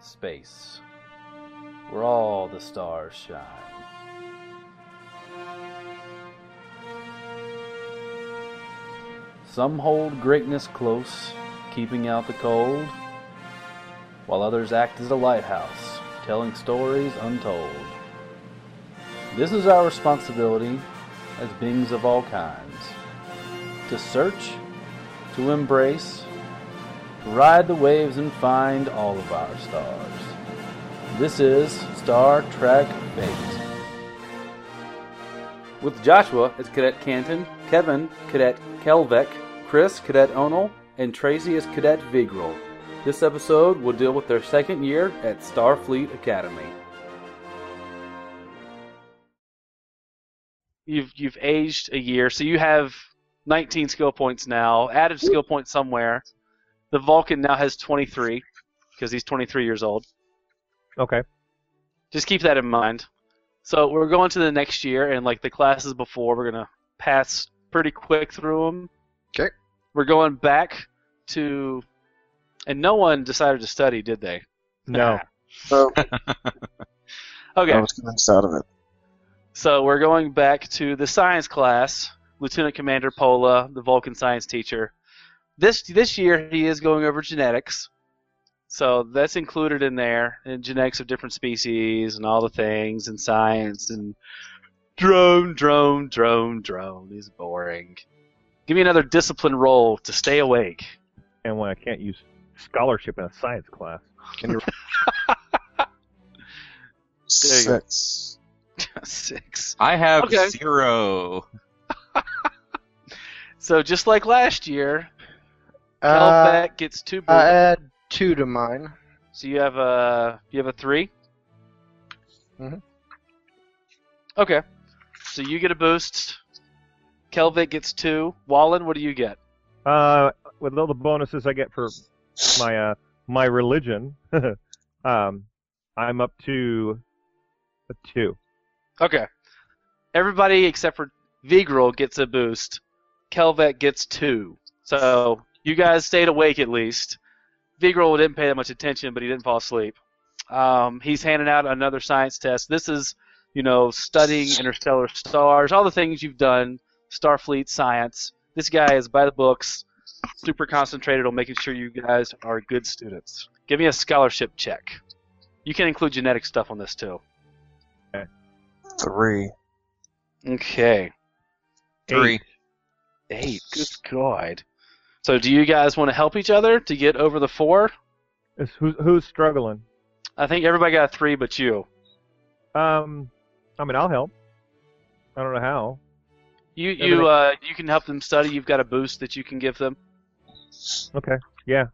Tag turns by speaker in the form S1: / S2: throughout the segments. S1: space, where all the stars shine. Some hold greatness close, keeping out the cold, while others act as a lighthouse, telling stories untold. This is our responsibility as beings of all kinds to search, to embrace, to ride the waves and find all of our stars. This is Star Trek Fate. With Joshua as Cadet Canton, Kevin, Cadet Kelvek, Chris, Cadet Onel, and Tracy as Cadet Vigril. This episode will deal with their second year at Starfleet Academy.
S2: You've you've aged a year, so you have 19 skill points now. Added skill points somewhere. The Vulcan now has 23 because he's 23 years old.
S3: Okay.
S2: Just keep that in mind. So we're going to the next year, and like the classes before, we're gonna pass pretty quick through them.
S4: 'Kay.
S2: We're going back to, and no one decided to study, did they?
S3: No.
S4: So
S2: Okay.
S4: I was convinced out of it.
S2: So we're going back to the science class, Lieutenant Commander Pola, the Vulcan science teacher. This this year he is going over genetics. So that's included in there, and genetics of different species and all the things and science and drone, drone, drone, drone is boring. Give me another discipline roll to stay awake.
S3: and when I can't use scholarship in a science class.
S4: Can you...
S2: There you go.
S4: Six.
S2: Six.
S5: I have
S2: Okay.
S5: zero.
S2: So just like last year,
S6: Uh,
S2: Kelbeck gets two.
S6: I add two to mine.
S2: So you have a you have a 3
S6: Mhm.
S2: Okay, so you get a boost. Kelvik gets two. Wallen, what do you get?
S3: Uh, with all the bonuses I get for my uh, my religion, um, I'm up to a two.
S2: Okay, everybody except for Vigril gets a boost. Kelvik gets two. So you guys stayed awake at least. Vigril didn't pay that much attention, but he didn't fall asleep. Um, he's handing out another science test. This is, you know, studying interstellar stars, all the things you've done, Starfleet science. This guy is by the books, super concentrated on making sure you guys are good students. Give me a scholarship check. You can include genetic stuff on this too.
S4: Three.
S2: Okay.
S5: Three.
S3: Eight.
S2: Eight. Good God. So, do you guys want to help each other to get over the four?
S3: Is- Who's, who's struggling?
S2: I think everybody got a three but you.
S3: Um, I mean, I'll help. I don't know how.
S2: You you
S3: Everybody-
S2: uh, you can help them study. You've got a boost that you can give them.
S3: Okay. Yeah.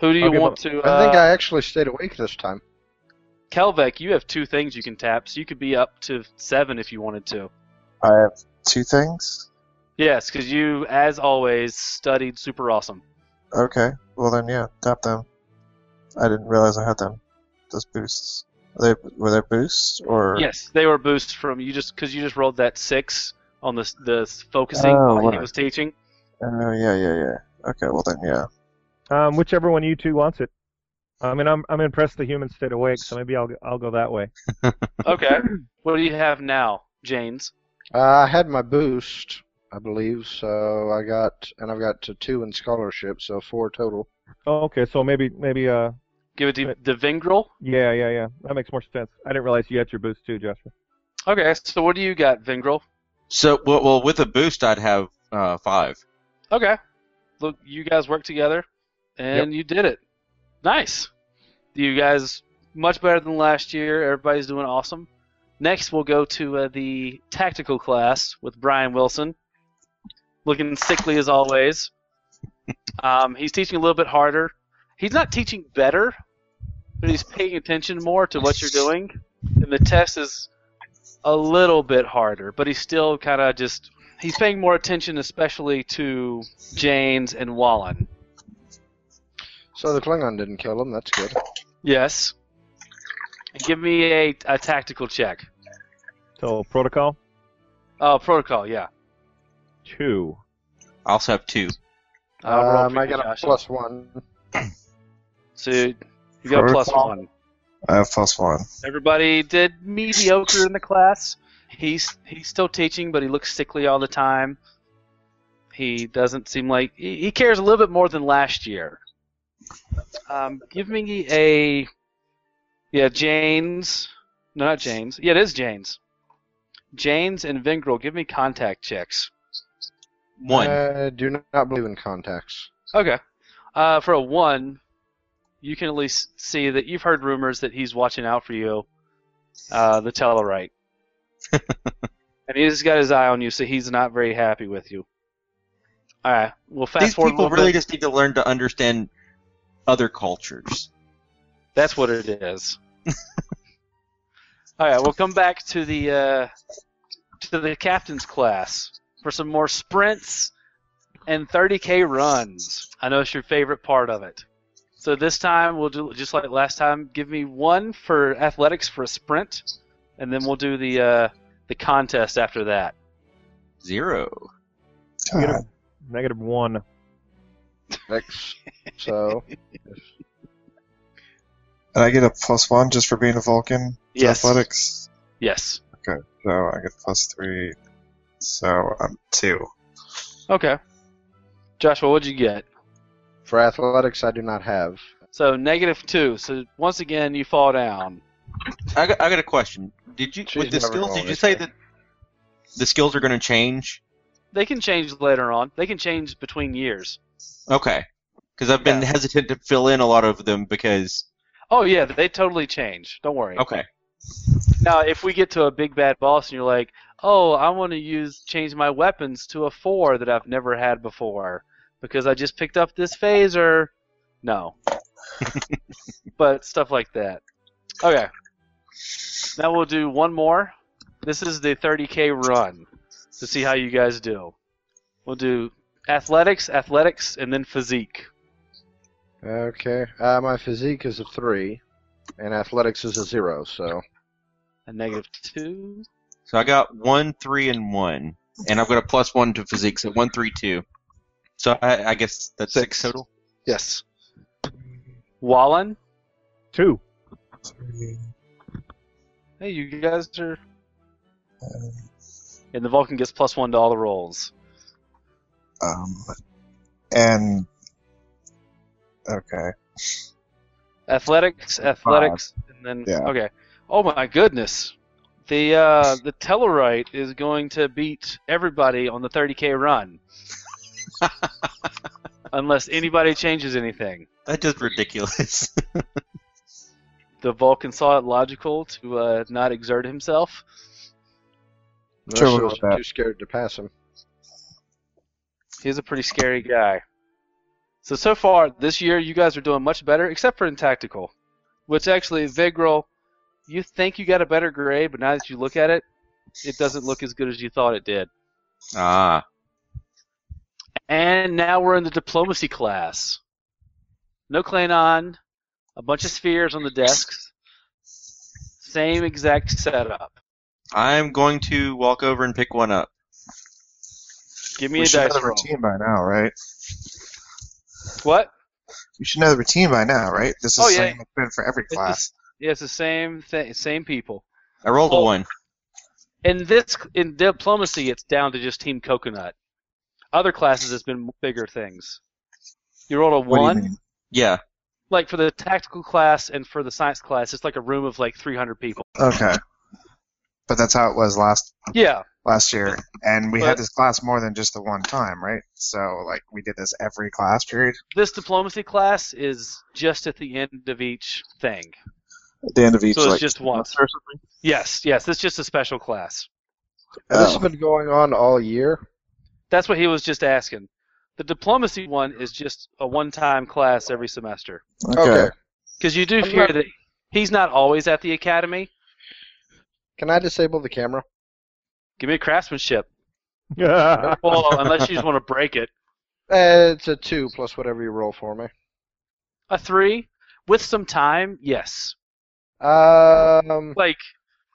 S2: Who do you
S3: I'll give
S2: want to? Uh,
S6: I think I actually stayed awake this time.
S2: Kelvek, you have two things you can tap, so you could be up to seven if you wanted to.
S4: I have two things.
S2: Yes, because you, as always, studied super awesome.
S4: Okay. Well then, yeah, tap them. I didn't realize I had them. Those boosts. Are they were they boosts or?
S2: Yes, they were boosts from you just because you just rolled that six on the the focusing
S4: Oh,
S2: while he
S4: right.
S2: was teaching.
S4: Oh yeah, yeah, yeah. Okay. Well then, yeah.
S3: Um, whichever one of you two wants it. I mean, I'm I'm impressed the humans stayed awake, so maybe I'll I'll go that way.
S2: Okay. what do you have now, James?
S6: Uh, I had my boost, I believe, so I got and I've got to two in scholarship, so four total.
S3: Oh, okay. So maybe maybe uh,
S2: Give it to the Vingrel.
S3: yeah yeah yeah. That makes more sense. I didn't realize you had your boost too, Joshua.
S2: Okay, so what do you got, Vingrel?
S5: So, well, well, with a boost, I'd have uh, five.
S2: Okay. Look, you guys worked together, and you did it. Nice. You guys much better than last year. Everybody's doing awesome. Next, we'll go to uh, the tactical class with Brian Wilson, looking sickly as always. um, he's teaching a little bit harder. He's not teaching better, but he's paying attention more to what you're doing, and the test is a little bit harder. But he's still kind of just he's paying more attention, especially to Jane's and Wallen.
S6: So the Klingon didn't kill him. That's good.
S2: Yes. And give me a, a tactical check.
S3: So protocol
S2: Oh, protocol, yeah.
S3: two.
S5: I also have two.
S2: roll
S6: um,
S2: for
S6: I
S2: you,
S6: got a
S2: Joshua.
S6: plus one.
S2: So You got a
S4: First
S2: plus
S4: off-
S2: one.
S4: I have plus one.
S2: Everybody did mediocre in the class. He's he's still teaching, but he looks sickly all the time. He doesn't seem like he, he cares a little bit more than last year. Um, give me a yeah, Jane's. No, not Jane's. Yeah, it is Jane's. Jane's and Vingrel, give me contact checks.
S5: One.
S2: Uh,
S6: I Uh, do not believe in contacts.
S2: Okay. Uh, for a one, you can at least see that you've heard rumors that he's watching out for you, uh, the Tellarite. and he's got his eye on you, so he's not very happy with you. All right. Well, fast
S5: These
S2: forward a
S5: people
S2: little
S5: really
S2: bit.
S5: just need to learn to understand other cultures.
S2: That's what it is. All right. We'll come back to the uh, to the captain's class for some more sprints and 30k runs. I know it's your favorite part of it. So this time we'll do just like last time. Give me one for athletics for a sprint, and then we'll do the uh, the contest after that.
S5: Zero.
S3: Negative-
S4: God.
S3: Negative one.
S6: X. so
S4: And I get a plus one just for being a Vulcan. to
S2: Yes.
S4: Athletics.
S2: Yes.
S4: So I get plus three. So I'm two.
S2: Okay. Joshua, what'd you get?
S6: for athletics, I do not have.
S2: So negative two. So once again, you fall down.
S5: I got, I got a question. Did you
S6: She's
S5: with the
S6: never
S5: skills?
S6: going
S5: Did you
S6: this
S5: say
S6: way.
S5: that the skills are going to change?
S2: They can change later on. They can change between years.
S5: Okay, because I've been
S2: Yeah.
S5: hesitant to fill in a lot of them because.
S2: Oh yeah, they totally change. Don't worry.
S5: Okay.
S2: Now, if we get to a big bad boss and you're like, "Oh, I want to use change my weapons to a four that I've never had before because I just picked up this phaser," no. but stuff like that. Okay. Now we'll do one more. This is the 30k run to see how you guys do. We'll do athletics, athletics, and then physique.
S6: Okay. Uh, my physique is a three, and athletics is a zero. So
S2: A negative two.
S5: So I got one, three, and one, and I've got a plus one to physique, so one, three, two. So I, I guess that's six,
S6: Six.
S5: total.
S6: yes.
S2: Wallen.
S3: Two.
S2: Hey, you guys are. And the Vulcan gets plus one to all the rolls.
S4: Um, and okay,
S2: Athletics, athletics, and then
S4: Yeah.
S2: okay. Oh my goodness, the uh, the Tellarite is going to beat everybody on the 30k run, unless anybody changes anything.
S5: That's just ridiculous.
S2: The Vulcan saw it logical to uh, not exert himself.
S6: Unless
S4: Sure, we'll
S6: I
S4: go
S6: was
S4: with that.
S6: too scared to pass him.
S2: He's a pretty scary guy. So so far this year, you guys are doing much better, except for in tactical, which actually Vigril, you think you got a better grade, but now that you look at it, it doesn't look as good as you thought it did.
S5: ah,
S2: And now we're in the diplomacy class. No Klanon, a bunch of spheres on the desks. Same exact setup.
S5: I'm going to walk over and pick one up.
S2: Give me
S4: we
S2: a
S4: should know
S2: dice
S4: the
S2: roll.
S4: routine by now, right?
S2: What?
S4: We should know the routine by now, right? This is
S2: Oh, yeah.
S4: something that's been for every
S2: It's
S4: class.
S2: Yeah, it's the same thing, same people.
S5: I rolled
S2: Oh.
S5: a one.
S2: in this in diplomacy it's down to just team coconut other classes it's been bigger things you rolled a
S4: What do you
S2: one
S4: mean?
S5: Yeah.
S2: like for the tactical class and for the science class it's like a room of like 300 people
S4: Okay, but that's how it was last
S2: yeah
S4: last year, and we
S2: But-
S4: had this class more than just the one time, right? So like we did this every class period.
S2: this diplomacy class is just at the end of each thing
S4: At the end of each,
S2: so it's just once yes yes it's just a special class
S6: And Uh,
S4: Oh.
S6: This has been going on all year.
S2: that's what he was just asking the diplomacy one is just a one-time class every semester
S4: okay.
S2: because you do
S6: I'm
S2: fear
S6: not-
S2: that he's not always at the academy
S6: Can I disable the camera?
S2: give me a craftsmanship
S3: Yeah.
S2: well unless you just want to break it
S6: Uh, it's a two plus whatever you roll for me.
S2: A three with some time, yes.
S6: Um.
S2: Like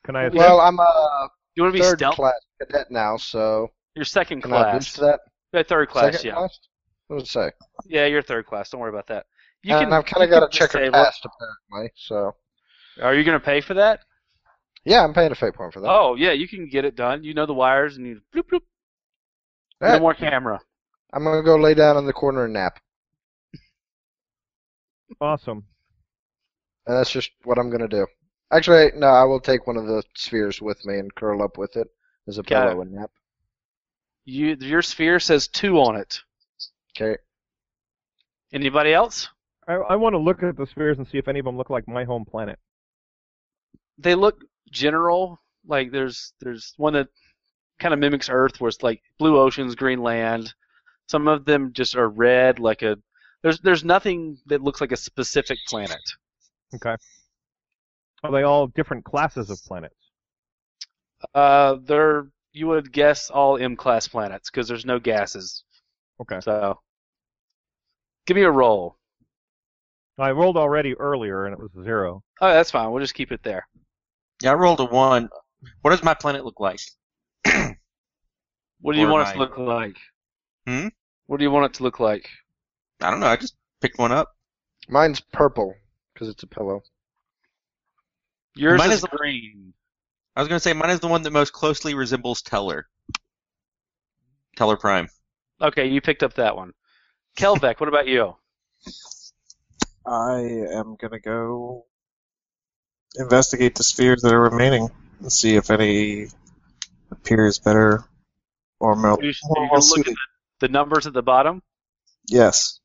S3: Can I?
S6: Well, I'm a
S2: you want to be
S6: third
S2: stealth.
S6: class cadet now, so
S2: Your second
S6: can I
S2: class,
S6: boost that?
S2: Uh, third class,
S6: Second
S2: yeah,
S6: class? What would it say?
S2: yeah, you're third class. Don't worry about that. You
S6: and Uh, I've kind of
S2: you can
S6: got to check her
S2: disable it.
S6: past apparently. So
S2: Are you going to pay for that?
S6: yeah, I'm paying a fate point for that.
S2: Oh yeah, you can get it done. You know the wires, and you bloop bloop.
S6: Eh,
S2: No more camera.
S6: I'm gonna go lay down in the corner and nap.
S3: Awesome.
S6: And that's just what I'm gonna do. Actually, no, I will take one of the spheres with me and curl up with it as a
S2: Got it.
S6: pillow and nap.
S2: You your sphere says two on it.
S6: Okay.
S2: Anybody else?
S3: I, I want to look at the spheres and see if any of them look like my home planet.
S2: They look general. Like there's there's one that kind of mimics Earth, where it's like blue oceans, green land. Some of them just are red, like a. There's there's nothing that looks like a specific planet.
S3: Are they all different classes of planets?
S2: Uh, they're you would guess all M class planets because there's no gases.
S3: Okay.
S2: So, give me a roll.
S3: I rolled already earlier and it was zero.
S2: Oh, that's fine. We'll just keep it there.
S5: Yeah, I rolled a one. What does my planet look like?
S2: What do you
S5: Or
S2: want it to
S5: nine.
S2: look like?
S5: Hmm?
S2: What do you want it to look like?
S5: I don't know. I just picked one up.
S6: Mine's purple because it's a pillow.
S2: Yours
S5: Mine
S2: is,
S5: is-
S2: green.
S5: I was gonna say mine is the one that most closely resembles Teller. Teller Prime.
S2: Okay, you picked up that one. Kelvec, what about you?
S4: I am gonna go investigate the spheres that are remaining and see if any appears better or more,
S2: You should-
S4: more
S2: you
S4: well
S2: look at
S4: suited.
S2: The numbers at the bottom.
S4: Yes,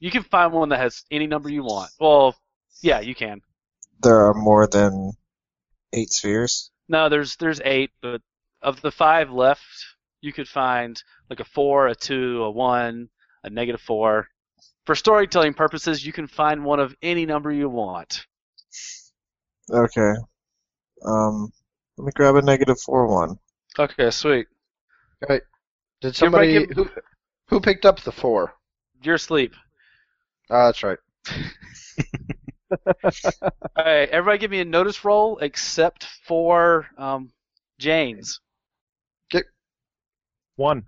S2: You can find one that has any number you want. Well, yeah, you can.
S4: there are more than eight spheres.
S2: No, there's there's eight, but of the five left, you could find like a four, a two, a one, a negative four. For storytelling purposes, you can find one of any number you want.
S4: Okay. Um, let me grab a negative four one.
S2: Okay, sweet.
S6: Did
S2: You're
S6: somebody
S2: making-
S6: who who picked up the four?
S2: You're asleep.
S6: Ah, that's right.
S2: All right, everybody, give me a notice roll except for um, Jane's.
S3: One.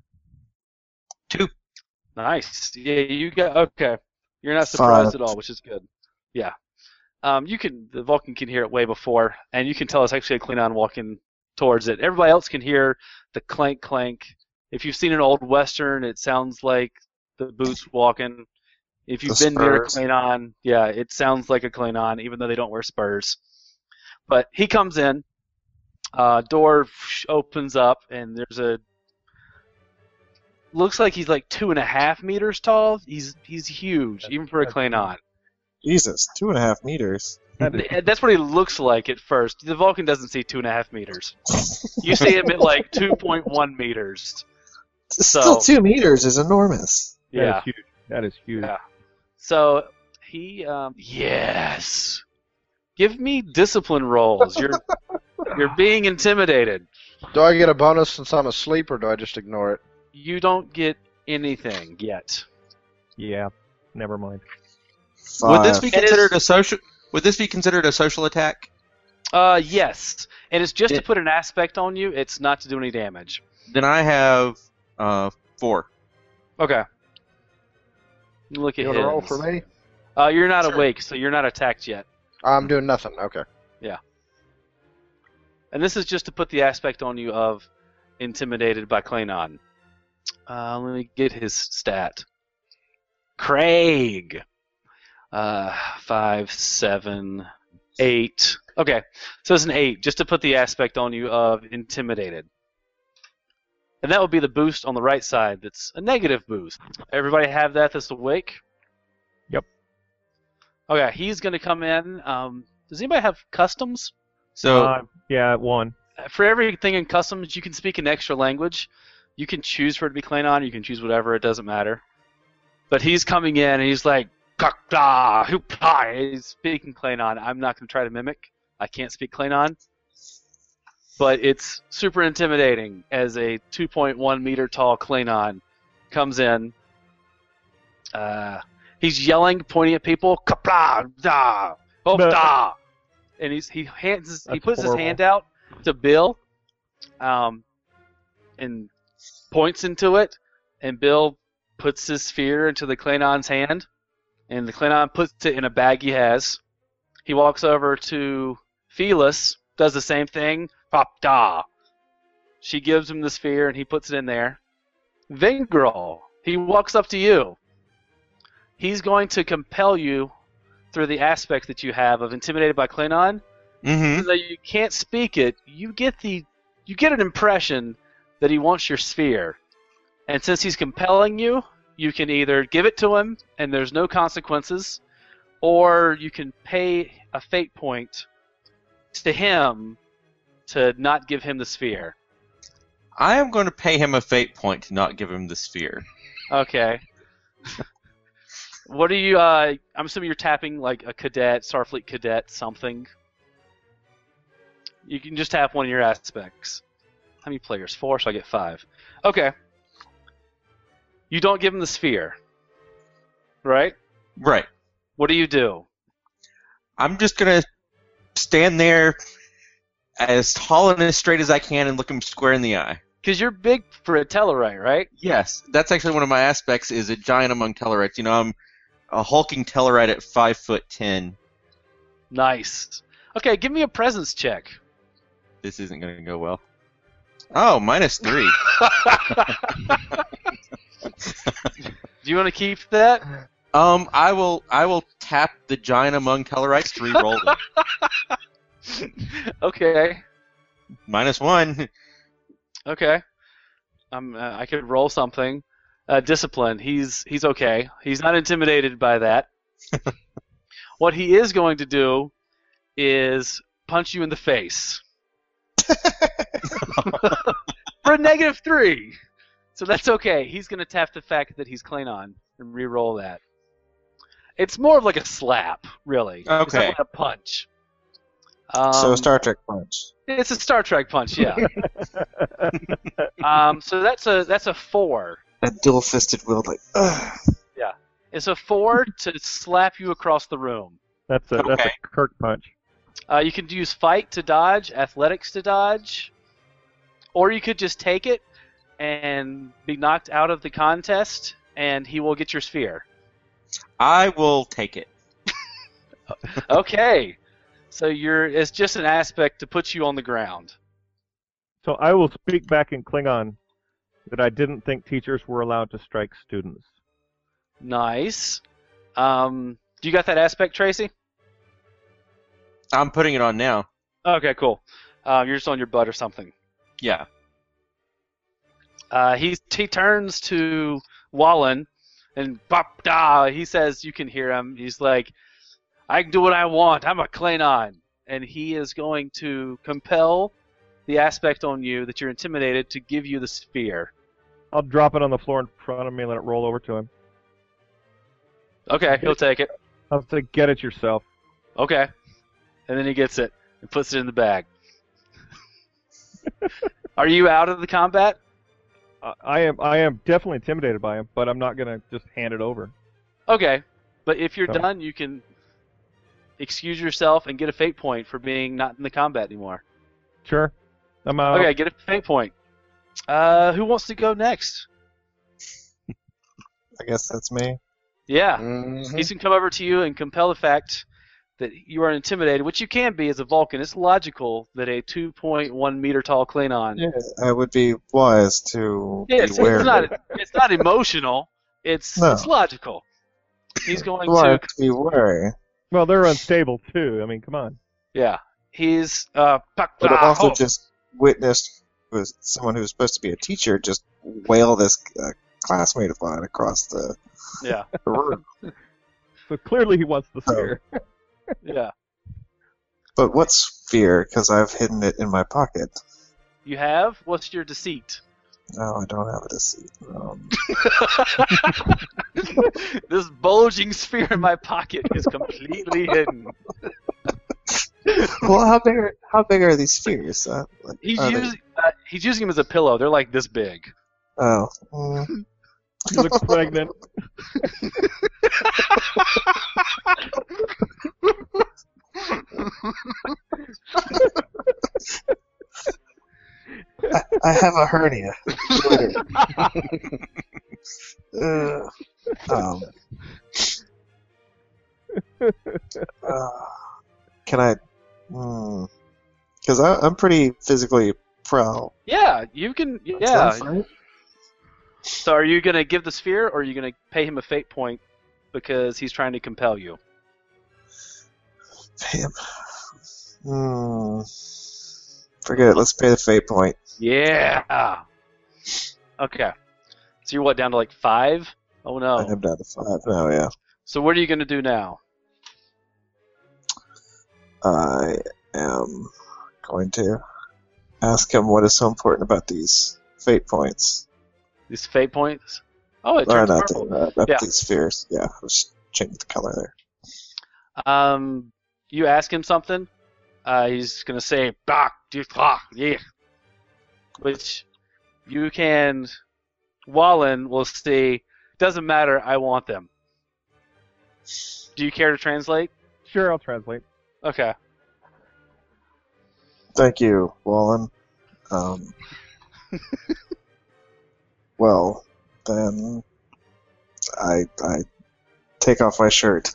S2: Nice. Yeah, you got okay. You're not surprised at
S4: Five.
S2: all, which is good. Yeah. Um, you can the Vulcan can hear it way before, and you can tell it's actually a Klingon walking towards it. Everybody else can hear the clank clank. If you've seen an old western, it sounds like the boots walking. If you've
S4: The
S2: been near a
S4: spurs.
S2: Klingon, yeah, it sounds like a Klingon, even though they don't wear spurs. But he comes in, uh, door opens up, and there's a looks like he's like two and a half meters tall. He's he's huge, even for a Klingon.
S4: Jesus, two and a half meters.
S2: Uh, Th- That's what he looks like at first. The Vulcan doesn't see two and a half meters. You see him at like two point one meters.
S4: Still,
S2: So-
S4: two meters is enormous.
S3: That is
S2: Yeah.
S3: huge. That is huge.
S2: Yeah. So he um, yes. Give me discipline rolls. You're you're being intimidated.
S6: Do I get a bonus since I'm asleep, or do I just ignore it?
S2: You don't get anything yet.
S3: Yeah, Never mind.
S4: Five.
S5: Would this be
S2: It is-
S5: considered a social? Would this be considered a social attack?
S2: Uh yes. And it's just to
S5: It-
S2: put an aspect on you, it's not to do any damage.
S5: Then I have uh four.
S2: Okay. Look at
S6: You want to roll
S2: his.
S6: for me?
S2: Uh, you're not
S5: Sure.
S2: awake, so you're not attacked yet.
S6: I'm doing nothing. Okay.
S2: And this is just to put the aspect on you of intimidated by Klingon. Uh, let me get his stat. Craig. Uh, five, seven, eight. Okay, so it's an eight, just to put the aspect on you of intimidated. And that would be the boost on the right side. That's a negative boost. Everybody have that that's awake.
S3: Yep.
S2: Okay, Oh, he's gonna come in. Um, does anybody have customs?
S5: So
S3: Uh, yeah, one.
S2: for everything in customs, you can speak an extra language. You can choose for it to be Klingon. You can choose whatever. It doesn't matter. But he's coming in and he's like, "Kakda, hoopla." He's speaking Klingon. I'm not going to try to mimic. I can't speak Klingon. But it's super intimidating as a 2.1 meter tall Klingon comes in. Uh, he's yelling, pointing at people, "Kakda, da, hoopla." And he's, he hands he
S3: That's
S2: puts
S3: horrible.
S2: his hand out to Bill, um, and points into it, and Bill puts his sphere into the Klingon's hand, and the Klingon puts it in a bag he has. He walks over to Felis, does the same thing. Pop da. She gives him the sphere, and he puts it in there. Vingral, he walks up to you. He's going to compel you through the aspects that you have of intimidated by Klingon.
S5: Mm-hmm.
S2: Even though you can't speak it, you get the you get an impression that he wants your sphere. And since he's compelling you, you can either give it to him and there's no consequences, or you can pay a fate point to him to not give him the sphere.
S5: I am going to pay him a fate point to not give him the sphere.
S2: Okay. what are you? Uh, I'm assuming you're tapping like a cadet, Starfleet cadet, something. You can just tap one of your aspects. How many players? Four, so I get five. Okay. You don't give him the sphere, right?
S5: Right.
S2: What do you do?
S5: I'm just going to stand there as tall and as straight as I can and look him square in the eye.
S2: Because you're big for a Tellarite, right?
S5: Yes, that's actually one of my aspects is a giant among Tellarites. You know, I'm a hulking Tellarite at five foot ten.
S2: Nice. Okay, give me a presence check.
S5: This isn't going to go well. Oh, minus three.
S2: Do you want to keep that?
S5: um, I will I will tap the giant among Tellarites to re-roll them.
S2: okay.
S5: minus one.
S2: Okay. Um, uh, I could roll something. Uh, discipline. He's he's okay. He's not intimidated by that. what he is going to do is punch you in the face for a negative three. So that's okay. He's going to tap the fact that he's Klingon and re-roll that. It's more of like a slap, really. It's not
S5: Okay.
S2: like a punch. Um,
S4: so Star Trek punch.
S2: it's a Star Trek punch, yeah. um, so that's a that's a four.
S4: A dual fisted will, like, ugh.
S2: It's a four to slap you across the room.
S3: That's a that's
S5: Okay.
S3: a Kirk punch.
S2: Uh, you can use fight to dodge, athletics to dodge, or you could just take it and be knocked out of the contest, and he will get your sphere.
S5: I will take it.
S2: Okay, so you're it's just an aspect to put you on the ground.
S3: So I will speak back in Klingon that I didn't think teachers were allowed to strike students.
S2: Nice. Um, do you got that aspect, Tracy?
S5: I'm putting it on now.
S2: Okay, cool. Uh, you're just on your butt or something.
S5: Yeah.
S2: Uh, he he turns to Wallen, and bop da. He says, "You can hear him." He's like, "I can do what I want. I'm a Klingon," and he is going to compel the aspect on you that you're intimidated to give you the sphere.
S3: I'll drop it on the floor in front of me and let it roll over to him.
S2: Okay, he'll take it.
S3: I'll say, get it yourself.
S2: Okay, and then he gets it and puts it in the bag. Are you out of the combat?
S3: I, I am I am definitely intimidated by him, but I'm not gonna just hand it over.
S2: Okay, but if you're
S3: No.
S2: done, you can excuse yourself and get a fate point for being not in the combat anymore.
S3: Sure. I'm out.
S2: Okay, get a fate point. Oh. Uh, who wants to go next?
S4: I guess that's me.
S2: Yeah,
S4: Mm-hmm.
S6: Mhm.
S2: he's gonna come over to you and compel the fact that you are intimidated, which you can be as a Vulcan. It's logical that a 2.1 meter tall Klingon.
S4: Yeah, I would be wise to
S2: Yeah, it's,
S4: beware.
S2: it's not it's not emotional. It's
S4: No.
S2: it's logical. He's going
S4: wise
S2: to
S4: to be wary.
S3: Well, they're unstable too. I mean, come on.
S2: yeah. He's uh pak-
S4: But I've
S2: ah,
S4: also
S2: ho.
S4: just witnessed was someone who was supposed to be a teacher just wail this uh, classmate of mine across the,
S2: yeah
S4: the room.
S3: So clearly he wants the
S4: Oh.
S3: sphere.
S2: yeah.
S4: But what sphere? Because I've hidden it in my pocket.
S2: You have what's your deceit?
S4: No, I don't have a deceit. Um,
S2: this bulging sphere in my pocket is completely hidden.
S4: well, how big are how big are these spheres? Uh, like,
S2: He's
S4: are they-
S2: using uh, he's using them as a pillow. They're like this big.
S4: oh, mm,
S3: He looks pregnant.
S4: I have a hernia. Later. uh, um, uh, Can I? Because I'm pretty physically pro.
S2: Yeah, you can. Yeah. So are you gonna give the sphere, or are you gonna pay him a fate point because he's trying to compel you?
S4: Damn. Hmm. Forget it. Let's pay the fate point.
S2: Yeah. Okay. So you're what down to like five? Oh
S4: I
S2: no.
S4: am down to five now. Yeah.
S2: So what are you gonna do now?
S4: I am going to ask him what is so important about these fate points.
S2: These fate points? Oh, it
S4: Or
S2: turns
S4: not,
S2: purple.
S4: uh, about
S2: Yeah.
S4: these spheres. Yeah, I was changing the color there.
S2: Um, you ask him something, uh, he's gonna say "Bak du tra- yeah," which you can. Wallen will say, "Doesn't matter. I want them." Do you care to translate?
S3: Sure, I'll translate.
S2: Okay.
S4: Thank you, Wallen. Um, well, then I I take off my shirt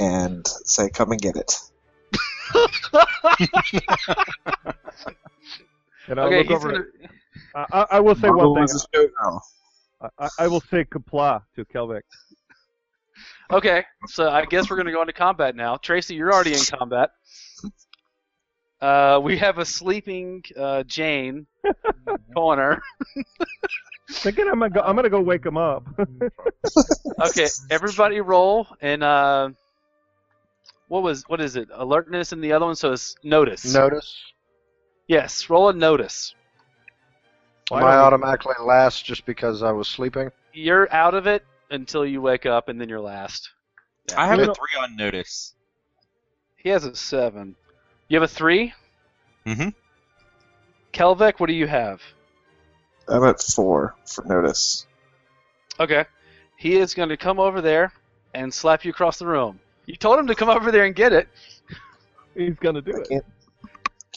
S4: and say, "Come and get it."
S3: And I'll
S2: okay.
S3: look
S2: He's
S3: over.
S2: gonna,
S3: I, I- I will say
S4: Marvel
S3: one thing.
S4: wants a shirt now.
S3: I, I, I will say kapla to Kelvik.
S2: okay. So I guess we're gonna go into combat now. Tracy, you're already in combat. Uh, we have a sleeping uh, Jane corner.
S3: Thinking I'm gonna go, I'm gonna go wake him up.
S2: Okay, everybody roll and uh, what was what is it? Alertness and the other one, so it's notice.
S6: Notice.
S2: Yes, roll a notice.
S6: Am I automatically last just because I was sleeping?
S2: You're out of it until you wake up, and then you're last.
S5: I have
S3: You
S5: a
S3: know-
S5: three on notice.
S2: He has a seven. You have a three.
S5: Mhm.
S2: Kelvik, what do you have?
S4: I'm at four for notice.
S2: Okay. He is going to come over there and slap you across the room. You told him to come over there and get it.
S3: He's gonna do
S4: I
S3: it.
S4: can't.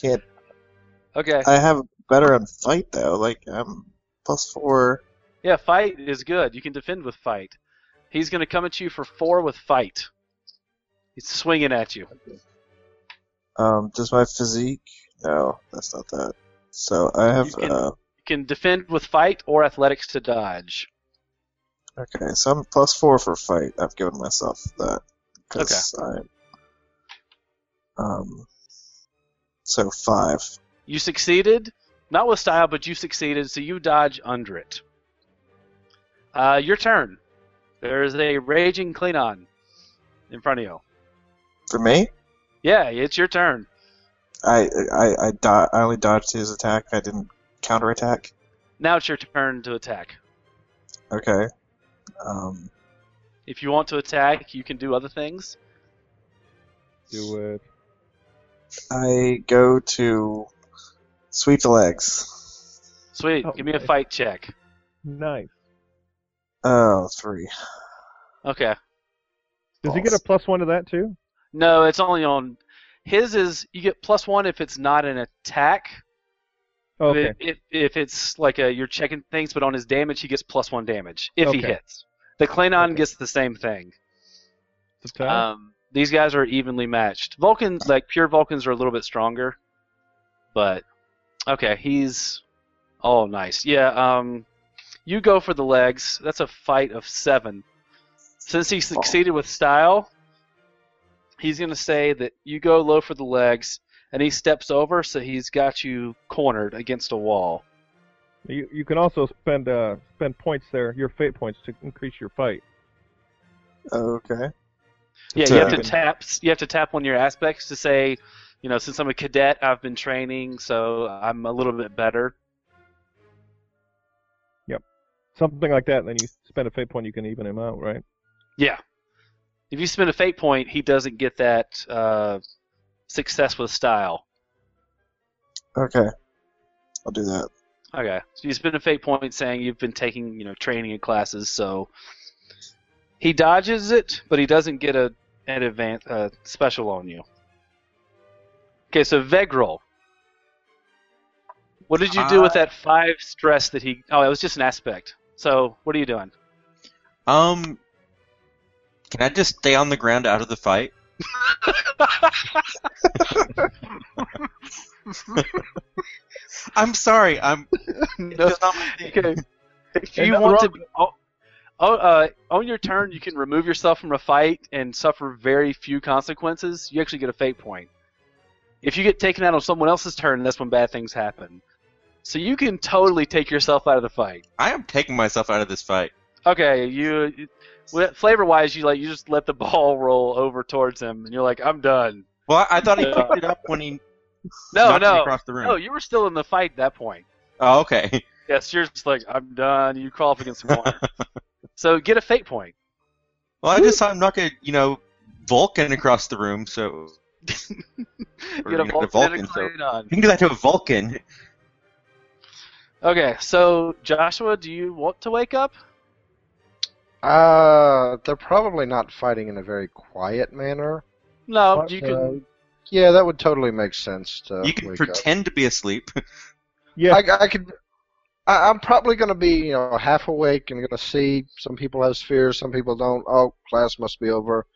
S4: Can't.
S2: Okay.
S4: I have better on fight though. Like I'm plus four.
S2: Yeah, fight is good. You can defend with fight. He's going to come at you for four with fight. He's swinging at you.
S4: Um, does my physique? No, that's not that. So I have.
S2: You can-
S4: Uh,
S2: You can defend with fight or athletics to dodge.
S4: Okay, so I'm plus four for fight. I've given myself that. 'cause I, um, so five.
S2: You succeeded, not with style, but you succeeded, so you dodge under it. Uh, your turn. There is a raging Klingon in front of you.
S4: For me,
S2: Yeah, it's your turn.
S4: I I I, do- I only dodged his attack. I didn't counterattack.
S2: Now it's your turn to attack.
S4: Okay. Um,
S2: If you want to attack, you can do other things.
S3: Do it.
S4: I go to sweep the legs.
S2: Sweet,
S3: Oh,
S2: give me a
S3: okay.
S2: fight check.
S3: Nice.
S4: Oh, three.
S2: Okay.
S3: Does he get a plus one to that too?
S2: No, it's only on. His is you get plus one if it's not an attack.
S3: Okay.
S2: If, if it's like a, you're checking things, but on his damage, he gets plus one damage if he
S3: Okay.
S2: hits. The Klingon
S3: Okay.
S2: gets the same thing.
S3: It's a tie.
S2: Um, these guys are evenly matched. Vulcans, like pure Vulcans, are a little bit stronger, but okay, he's oh nice. Yeah, um, you go for the legs. That's a fight of seven. Since he succeeded with style, he's gonna say that you go low for the legs, and he steps over, so he's got you cornered against a wall.
S3: you, you can also spend uh spend points there, your fate points to increase your fight.
S4: Okay.
S2: Yeah, you have to
S4: Attack.
S2: tap. You have to tap one of your aspects to say, you know, since I'm a cadet, I've been training, so I'm a little bit better.
S3: Something like that, and then you spend a fate point, you can even him out, right?
S2: Yeah. If you spend a fate point, he doesn't get that uh, success with style.
S4: Okay. I'll do that.
S2: Okay. So you spend a fate point saying you've been taking, you know, training and classes, so he dodges it, but he doesn't get a an advance uh, special on you. Okay, so Vegril. What did you do with that five stress that he? Oh, it was just an aspect. So what are you doing?
S5: Um, can I just stay on the ground out of the fight? I'm sorry. I'm. It
S2: No.
S5: does not my thing.
S2: Okay. If
S3: You're
S2: you
S3: not
S2: want to, oh, oh, uh, on your turn, you can remove yourself from a fight and suffer very few consequences. You actually get a fate point. If you get taken out on someone else's turn, that's when bad things happen. So you can totally take yourself out of the fight.
S5: I am taking myself out of this fight.
S2: Okay, you, you flavor wise, you like you just let the ball roll over towards him, and you're like, I'm done.
S5: Well, I thought he
S2: Yeah.
S5: picked it up when he
S2: No,
S5: knocked me
S2: no,
S5: across the room.
S2: no, Oh, you were still in the fight at that point.
S5: Oh, okay.
S2: Yes, you're just like, I'm done. You crawl up against the corner. so get a fate point.
S5: Well, I just saw him knocking, you know, Vulcan across the room, so Or,
S2: get a
S5: you know, the
S2: Vulcan and
S5: Vulcan,
S2: a
S5: so-
S2: Klingon.
S5: you can do that to a Vulcan.
S2: Okay, so Joshua, do you want to wake up?
S6: Uh, they're probably not fighting in a very quiet manner.
S2: No,
S3: What,
S2: you can.
S6: Uh, yeah, that would totally make sense to
S5: you can
S6: wake
S5: pretend to be asleep.
S3: Yeah.
S6: up. I, I could. I, I'm probably going to be, you know, half awake and going to see some people have spheres, some people don't. Oh, class must be over,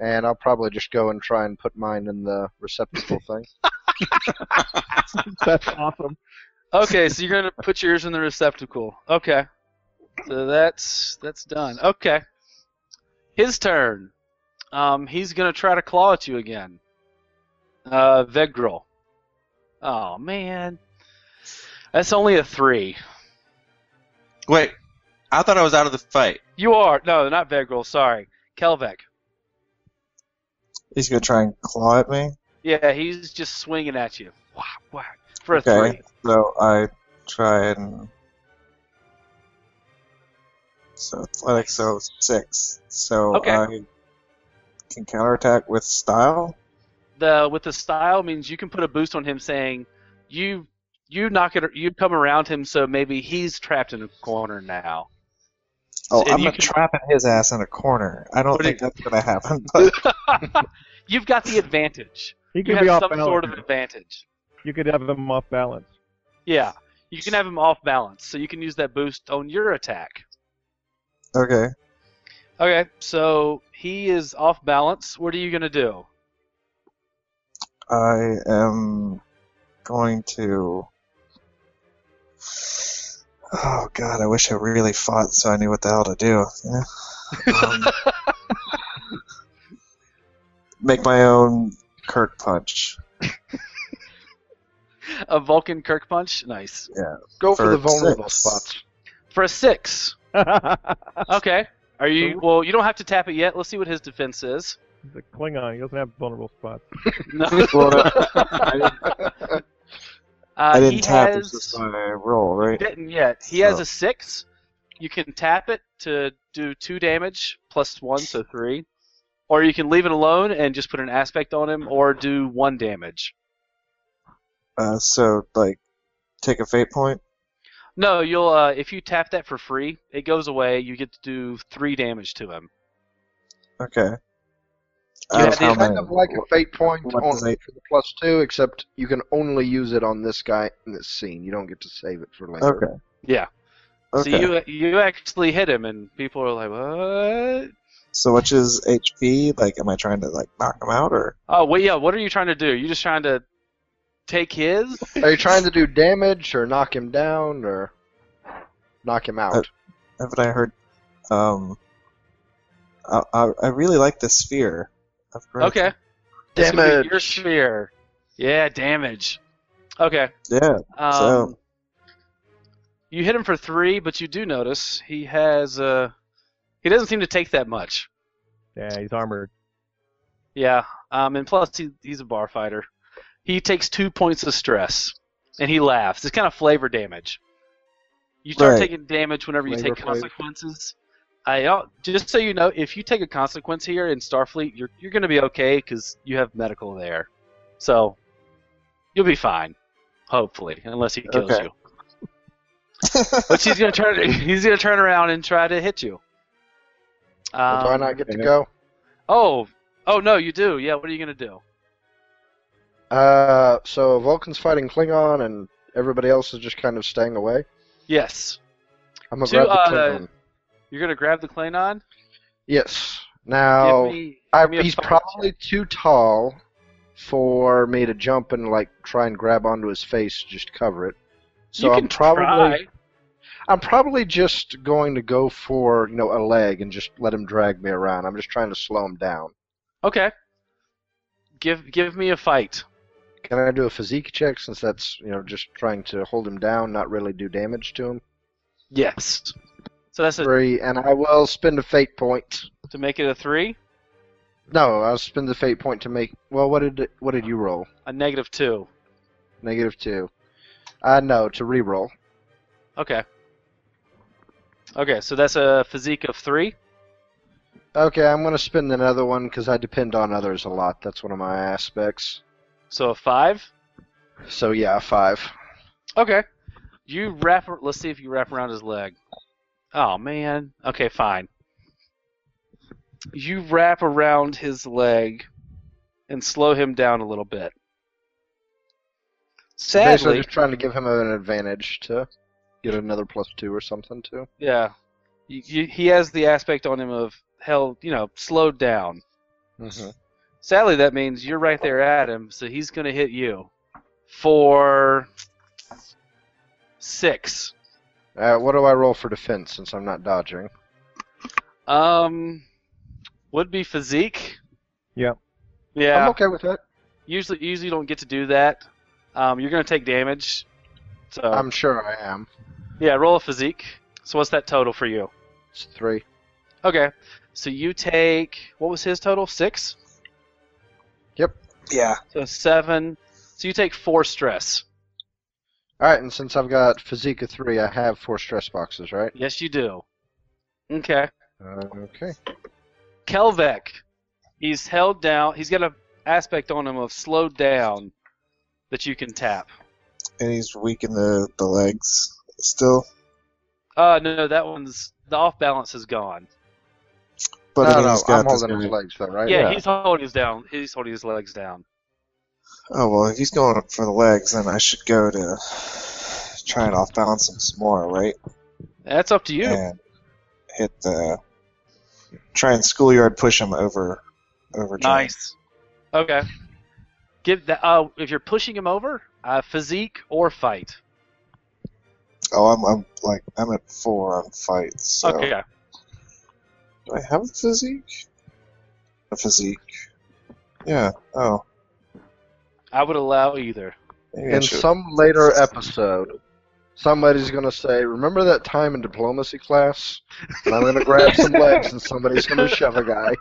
S6: and I'll probably just go and try and put mine in the receptacle thing.
S3: That's awesome.
S2: Okay, so you're gonna put yours in the receptacle. Okay, so that's that's done. Okay, his turn. Um, he's gonna try to claw at you again. Uh, Vegril. Oh man, that's only a three.
S5: Wait, I thought I was out of the fight.
S2: You are no, not Vegril. Sorry, Kelvec.
S4: He's gonna try and claw at me.
S2: Yeah, he's just swinging at you. Whack, whack for a
S4: Okay.
S2: three.
S4: So I try and. So athletics, so six. So
S2: Okay.
S4: I can counterattack with style.
S2: the with the style means you can put a boost on him saying you you knock it you come around him so maybe he's trapped in a corner now.
S4: Oh,
S5: And
S4: I'm
S5: you
S4: gonna
S5: can-
S4: trapping his ass in a corner. I don't
S5: What
S4: think that's gonna happen. But
S2: You've got the advantage.
S3: He
S2: You
S3: could be off
S2: have some
S3: balance.
S2: sort of advantage.
S3: You could have him off balance.
S2: Yeah. You can have him off balance, so you can use that boost on your attack.
S4: okay.
S2: Okay, so he is off balance. What are you gonna do?
S4: I am going to. Oh God! I wish I really fought so I knew what the hell to do. You know? um, make my own Kirk punch.
S2: A Vulcan Kirk punch? Nice.
S6: Go for,
S4: For
S6: the vulnerable
S4: six.
S6: spots.
S2: For a six.
S3: He's
S2: Okay. Are you well you don't have to tap it yet. Let's see what his defense is.
S3: a Klingon. He doesn't have vulnerable spots.
S2: No.
S4: Well, I,
S2: Uh,
S4: I didn't
S2: he
S4: tap.
S2: has-
S4: It's just my roll, right?
S2: Didn't yet. He has
S4: So-
S2: a six. You can tap it to do two damage plus one, so three. Or you can leave it alone and just put an aspect on him, or do one damage.
S4: Uh, so like, take a fate point.
S2: No, you'll uh, if you tap that for free, it goes away. You get to do three damage to him.
S4: Okay.
S2: Yeah,
S4: Out of
S2: they
S4: how
S6: kind
S4: many?
S6: of like a fate point
S4: what
S6: on,
S4: does it-
S6: for the plus two, except you can only use it on this guy in this scene. You don't get to save it for later.
S4: Okay.
S2: Yeah.
S4: Okay.
S2: So you you actually hit him, and people are like, "What?
S4: So which is HP? Like, am I trying to like knock him out or?
S2: Oh, wait, yeah. What are you trying to do? you just trying to take his?
S6: Are you trying to do damage or knock him down or knock him out?
S4: Uh, Haven't I heard? Um, I, I, I really like the sphere. I've grown-
S2: Okay. This would be
S6: Damage.
S2: Your sphere. Yeah, damage. Okay.
S4: Yeah.
S2: Um,
S4: So-
S2: you hit him for three, but you do notice he has uh he doesn't seem to take that much.
S3: Yeah, he's armored.
S2: Yeah. Um, and plus he, he's a bar fighter. He takes two points of stress, and he laughs. It's kind of flavor damage. You start
S4: Right.
S2: taking damage whenever you
S6: Flavor
S2: take
S6: flavor.
S2: consequences. I uh, just so you know, if you take a consequence here in Starfleet, you're you're gonna be okay because you have medical there, so you'll be fine, hopefully, unless he kills
S4: Okay.
S2: you. but he's gonna turn. He's gonna turn around and try to hit you.
S6: Well, do I
S2: Um,
S6: not get
S4: Uh,
S6: to go?
S2: oh, oh no, you do. Yeah, what are you gonna do?
S6: Uh, so Vulcan's fighting Klingon and everybody else is just kind of staying away.
S2: Yes,
S6: I'm gonna
S2: To,
S6: grab the
S2: uh,
S6: Klingon.
S2: you're gonna grab the Klingon.
S6: Yes. Now
S2: Give me,
S6: I,
S2: give me a
S6: he's
S2: fight
S6: probably too tall for me to jump and like try and grab onto his face, just cover it. So
S2: you
S6: I'm
S2: can
S6: probably
S2: try.
S6: I'm probably just going to go for you know a leg and just let him drag me around. I'm just trying to slow him down.
S2: Okay. Give give me a fight.
S6: Can I do a physique check since that's you know just trying to hold him down, not really do damage to him?
S2: Yes. So that's a,
S6: Three, and I will spend a fate point.
S2: to make it a three,
S6: No, I'll spend the fate point to make. Well, what did what did you roll?
S2: a negative two.
S6: Negative two. Uh, no, to re-roll.
S2: Okay. Okay, so that's a physique of three.
S6: Okay, I'm gonna spend another one because I depend on others a lot. That's one of my aspects.
S2: So a five.
S6: So yeah, five.
S2: Okay. You wrap. ar- Let's see if you wrap around his leg. Oh man. Okay, fine. You wrap around his leg and slow him down a little bit.
S6: Basically,
S2: Sadly,
S6: just trying to give him an advantage to get another plus two or something too.
S2: yeah. You, you, he has the aspect on him of hell. You know, slowed down.
S6: Mm-hmm.
S2: Sadly, that means you're right there at him, so he's gonna hit you for six.
S6: Uh, what do I roll for defense since I'm not dodging?
S2: Um, would be physique.
S3: Yep.
S2: Yeah.
S6: I'm okay with it.
S2: Usually, usually don't get to do that. Um, you're gonna take damage. So
S6: I'm sure I am.
S2: yeah, roll a physique. So what's that total for you?
S6: It's three.
S2: Okay. So you take what was his total? Six.
S4: Yeah.
S2: So seven. So you take four stress.
S6: All right, and since I've got physique of three, I have four stress boxes, right?
S2: Yes, you do. Okay.
S6: Okay.
S2: Kelvec. He's held down. He's got a aspect on him of slowed down that you can tap.
S4: And he's weak in the, the legs still.
S2: Uh, no, no, that one's the off balance is gone.
S4: But I
S6: no,
S4: mean,
S6: no,
S4: he's got
S6: I'm
S4: this
S6: holding his
S4: guy-
S6: legs though, right?
S2: Uh, yeah, he's holding his down. He's holding his legs down.
S4: Oh well, if he's going for the legs, then I should go to try and off balance him some more, right?
S2: That's up to you.
S4: And hit the try and schoolyard push him over over. John.
S2: nice. Okay. Give that. Uh, if you're pushing him over, uh, physique or fight.
S4: Oh, I'm I'm like I'm at four on fights. So.
S2: Okay.
S4: Do I have a physique? A physique. Yeah. Oh,
S2: I would allow either.
S4: maybe I
S6: In
S4: should.
S6: some later episode, somebody's going to say, Remember that time in diplomacy class? And I'm going to grab some legs and somebody's going to shove a guy.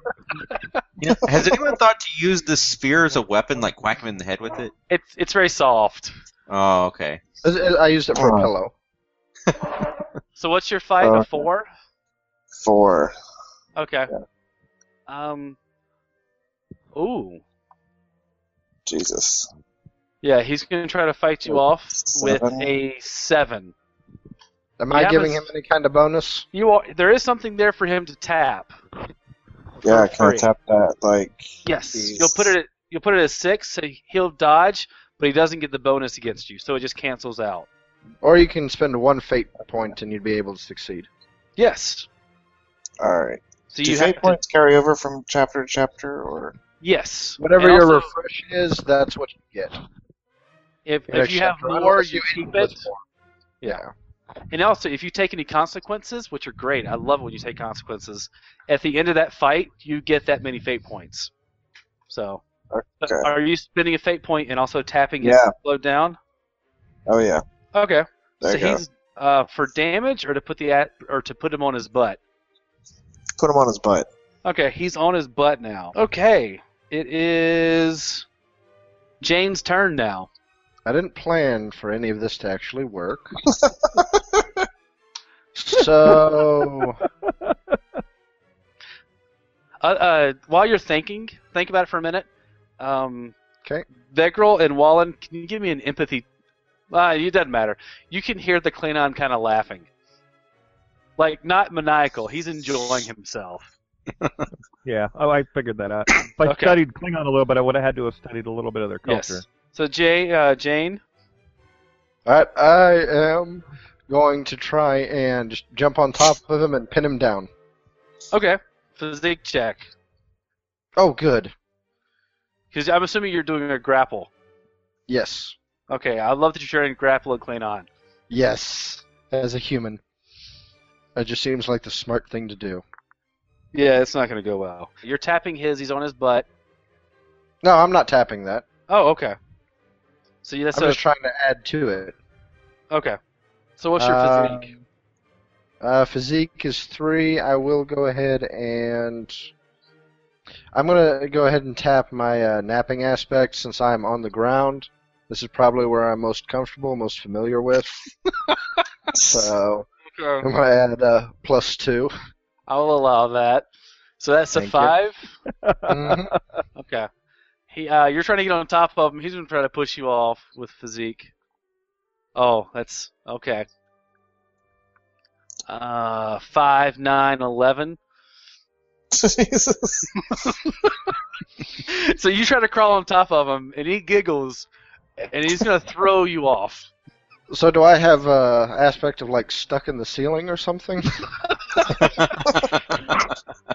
S5: Yeah. Has anyone thought to use the spear as a weapon, like whack him in the head with it?
S2: It's it's very soft.
S5: Oh, okay.
S6: I- I I used it for a pillow.
S2: So what's your fight?
S4: Okay.
S2: a four.
S4: four.
S2: Okay. Um. Ooh.
S4: Jesus.
S2: Yeah, he's gonna try to fight you off
S4: Seven.
S2: with a seven.
S6: Am
S2: Yeah,
S6: I giving
S2: but-
S6: him any kind of bonus?
S2: You are. There is something there for him to tap.
S4: Yeah,
S2: For
S4: can I
S2: free.
S4: tap that? Like,
S2: Yes.
S4: Jeez.
S2: You'll put it at you'll put it at six, so he'll dodge, but he doesn't get the bonus against you, so it just cancels out.
S6: Or you can spend one fate point and you'd be able to succeed.
S2: Yes.
S4: all right.
S2: So
S4: Do
S2: you
S4: fate
S2: have to,
S4: points carry over from chapter to chapter, or
S2: yes.
S6: Whatever
S2: And
S6: your
S2: also,
S6: refresh is, that's what you get.
S2: if,
S6: Your
S2: if you have
S6: next chapter.
S2: more,
S6: Unless
S2: you
S6: end
S2: keep
S6: with
S2: it.
S6: more. Yeah.
S2: And also, if you take any consequences, which are great, I love when you take consequences. At the end of that fight, you get that many fate points. So, uh,
S4: Okay.
S2: are you spending a fate point and also tapping his
S4: Yeah.
S2: slow down?
S4: oh yeah,
S2: Okay.
S4: there
S2: so
S4: you go.
S2: he's uh, for damage, or to put the at, or to put him on his butt.
S4: Put him on his butt.
S2: Okay, he's on his butt now. Okay, it is Jane's turn now.
S6: I didn't plan for any of this to actually work. so.
S2: Uh, uh, while you're thinking, think about it for a minute. Um,
S6: 'Kay.
S2: Vegrel and Wallen, can you give me an empathy? Uh, it doesn't matter. You can hear the Klingon kind of laughing, like not maniacal. He's enjoying himself.
S3: Yeah, oh, I figured that out. If I
S2: Okay.
S3: studied Klingon a little bit, I would have had to have studied a little bit of their culture.
S2: Yes. So Jay, uh, Jane.
S6: Alright, I am going to try and just jump on top of him and pin him down.
S2: Okay. Physique check.
S6: Oh, good.
S2: Because I'm assuming you're doing a grapple.
S6: Yes.
S2: Okay, I love that you're trying to grapple and clean on.
S6: Yes. As a human. It just seems like the smart thing to do.
S2: Yeah, it's not going to go well. You're tapping his. He's on his butt.
S6: No, I'm not tapping that.
S2: Oh, okay. So yeah,
S6: I'm
S2: so
S6: just trying to add to it.
S2: okay. So what's your
S6: Um,
S2: physique?
S6: Uh, physique is three. I will go ahead and I'm gonna go ahead and tap my uh, napping aspect since I'm on the ground. This is probably where I'm most comfortable, most familiar with. so I'm gonna add uh, plus two.
S2: I'll allow that. So that's a
S6: Thank you.
S2: five.
S6: Mhm.
S2: Mm-hmm. Okay. He, uh, you're trying to get on top of him. He's going to try to push you off with physique. Oh, that's okay. Uh, five, nine, eleven.
S4: Jesus.
S2: so you try to crawl on top of him, and he giggles, and he's going to throw you off.
S6: So do I have uh, aspect of like stuck in the ceiling or something?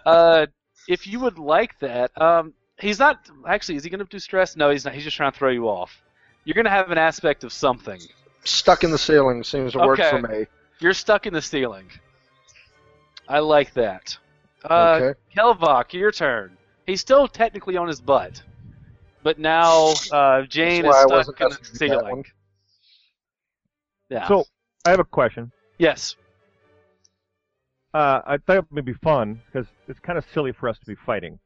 S2: Uh, if you would like that, um, he's not actually. Is he going to do stress? No, he's not. He's just trying to throw you off. You're going to have an aspect of something.
S6: stuck in the ceiling seems to work
S2: Okay.
S6: for me.
S2: You're stuck in the ceiling. I like that. Uh,
S6: okay.
S2: Kelvok, your turn. He's still technically on his butt, but now uh, Jane is
S6: That's why I wasn't
S2: stuck in the
S6: asking that
S2: ceiling.
S6: one.
S2: Yeah.
S3: So I have a question.
S2: yes.
S3: Uh, I thought it would be fun because it's kind of silly for us to be fighting.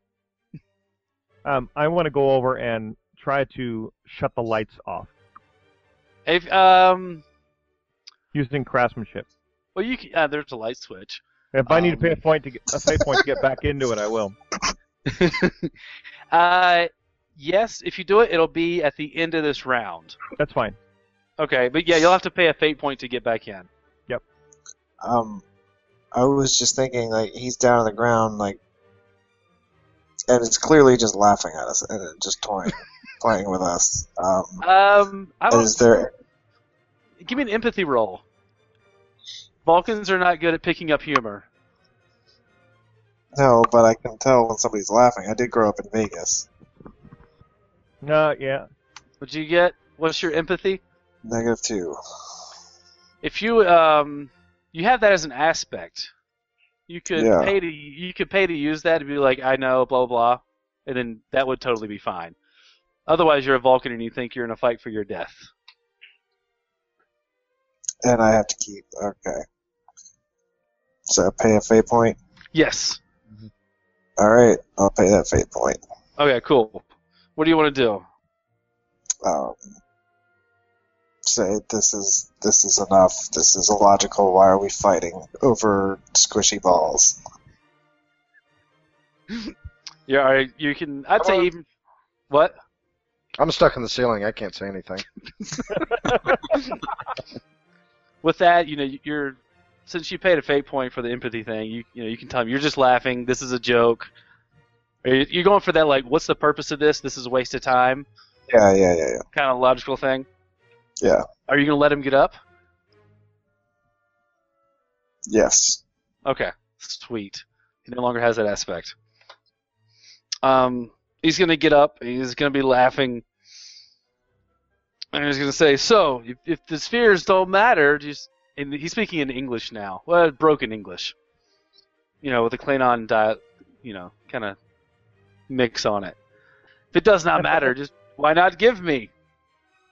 S3: Um, I want to go over and try to shut the lights off
S2: If um,
S3: using craftsmanship.
S2: well, you can, uh, there's a light switch.
S3: If I need to
S2: Um,
S3: pay a point to get a pay point to get back into it, I will.
S2: Uh, yes. If you do it, it'll be at the end of this round.
S3: That's fine.
S2: Okay, but yeah, you'll have to pay a fate point to get back in.
S4: Um, I was just thinking, like, he's down on the ground, like, and it's clearly just laughing at us and just toying, playing with us. Um,
S2: Um, I don't.
S4: is there?
S2: Give me an empathy roll. Vulcans are not good at picking up humor.
S4: No, but I can tell when somebody's laughing. I did grow up in Vegas.
S3: No, Uh, yeah.
S2: Would you get? What's your empathy?
S4: Negative two.
S2: If you um, you have that as an aspect. You could
S4: Yeah.
S2: pay to you could pay to use that to be like I know blah blah, and then that would totally be fine. Otherwise, you're a Vulcan and you think you're in a fight for your death.
S4: And I have to keep. Okay. So pay a fate point.
S2: Yes.
S4: All right, I'll pay that fate point.
S2: Okay. Cool. What do you want to do?
S4: Um, say this is this is enough. This is illogical. Why are we fighting over squishy balls?
S2: Yeah. all right, You can. I'd say
S6: Hello.
S2: even. What?
S6: I'm stuck in the ceiling. I can't say anything.
S2: with that, you know, you're since you paid a fate point for the empathy thing, you you know, you can tell him you're just laughing. This is a joke. Or you- You're going for that like, what's the purpose of this? This is a waste of time,
S4: Yeah, yeah, yeah, yeah.
S2: kind of logical thing.
S4: Yeah.
S2: Are you gonna let him get up?
S4: Yes.
S2: Okay, sweet. He no longer has that aspect. Um, he's gonna get up. and He's gonna be laughing, and he's gonna say, "So, if, if the spheres don't matter, just..." And he's speaking in English now. Well, broken English. You know, with the Klingon diet, you know, kind of mix on it. If it does not matter, just why not give me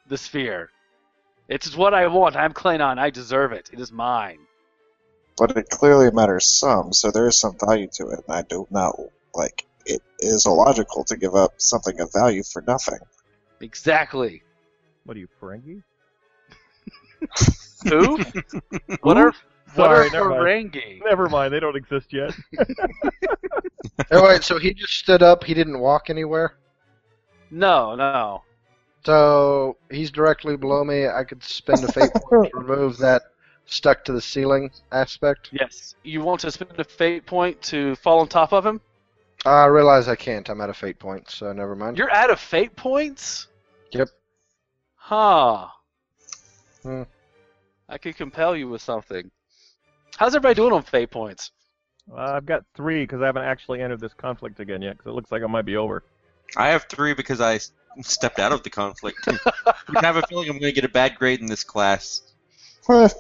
S2: the sphere? It's what I want. I'm Klingon. I deserve it. It is mine.
S4: But it clearly matters some, so there is some value to it, and I do not like it is illogical to give up something of value for nothing.
S2: Exactly.
S3: What are you, Ferengi?
S2: Who? what are what
S3: Sorry,
S2: are
S3: never mind.
S2: Ferengi?
S3: Never mind. They don't exist yet.
S6: oh, wait, so he just stood up. He didn't walk anywhere.
S2: No, no.
S6: So he's directly below me. I could spend a fate point to remove that stuck to the ceiling aspect.
S2: Yes. You want to spend a fate point to fall on top of him?
S6: I realize I can't. I'm out of fate points, so never mind.
S2: You're out of fate points?
S6: Yep.
S2: Huh.
S6: Hmm.
S2: I could compel you with something. How's everybody doing on fate points?
S3: Uh, I've got three because I haven't actually entered this conflict again yet because it looks like it might be over.
S5: I have three because I s- stepped out of the conflict. I have a feeling I'm going to get a bad grade in this class.
S4: I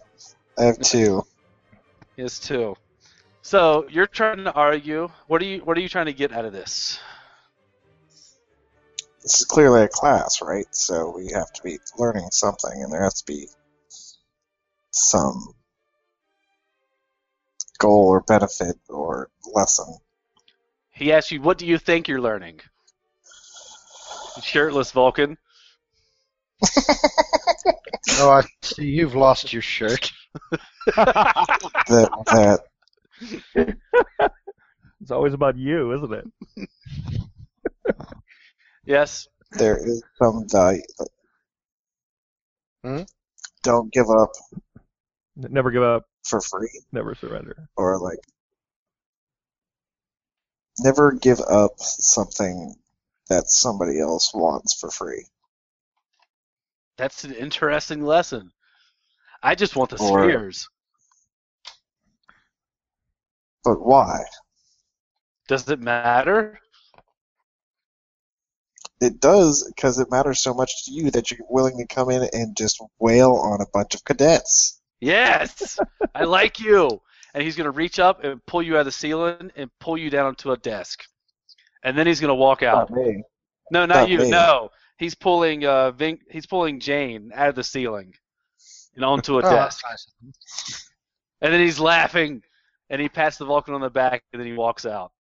S4: have two.
S2: Yes, too. So you're trying to argue. What are you? What are you trying to get out of this?
S4: This is clearly a class, right? So we have to be learning something, and there has to be some goal or benefit or lesson.
S2: He asked you, "What do you think you're learning?" Shirtless Vulcan.
S6: Oh, I see you've lost your shirt.
S4: That that
S3: It's always about you, isn't it?
S2: Yes.
S4: there is some value.
S6: Hmm?
S4: Don't give up
S3: N- Never give up.
S4: for free,
S3: Never surrender.
S4: or like never give up something that somebody else wants for free.
S2: That's an interesting lesson. I just want the
S4: Or-
S2: spheres.
S4: But why?
S2: Does it matter?
S4: It does because it matters so much to you that you're willing to come in and just wail on a bunch of cadets.
S2: Yes. I like you. And he's gonna reach up and pull you out of the ceiling and pull you down to a desk. And then he's gonna walk out.
S4: Not me.
S2: No, not,
S4: Not
S2: you.
S4: me.
S2: No, he's pulling uh, Vin- he's pulling Jane out of the ceiling and onto a
S6: Oh,
S2: desk,
S6: nice.
S2: and then he's laughing, and he pats the Vulcan on the back, and then he walks out.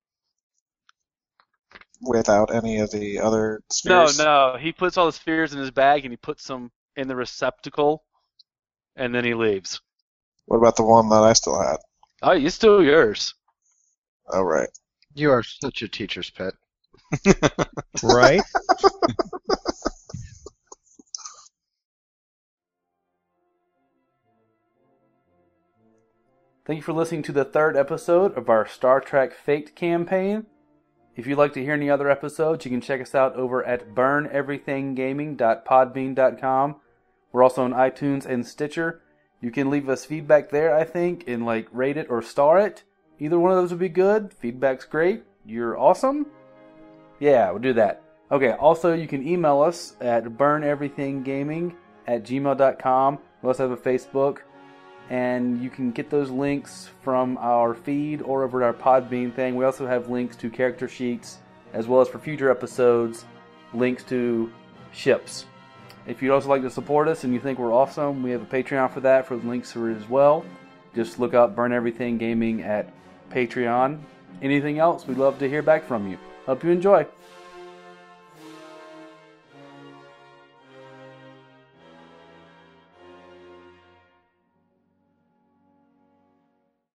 S4: Without any of the other
S2: No,
S4: spheres.
S2: no, he puts all the spheres in his bag, and he puts them in the receptacle, and then he leaves.
S4: What about the one that I still had?
S2: Oh, you still yours.
S4: Oh, right.
S6: You are such a teacher's pet.
S3: Right?
S1: Thank you for listening to the third episode of our Star Trek Faked campaign. If you'd like to hear any other episodes, you can check us out over at burneverythinggaming.podbean.com. We're also on iTunes and Stitcher. You can leave us feedback there, I think, and like rate it or star it. Either one of those would be good. Feedback's great. You're awesome. Yeah, we'll do that. Okay, also, you can email us at burneverythinggaming at gmail.com. We also have a Facebook and you can get those links from our feed or over at our Podbean thing. We also have links to character sheets, as well as for future episodes, links to ships. If you'd also like to support us and you think we're awesome, we have a Patreon for that, for links for it as well. Just look up Burn Everything Gaming at Patreon. Anything else, we'd love to hear back from you. Hope you enjoy.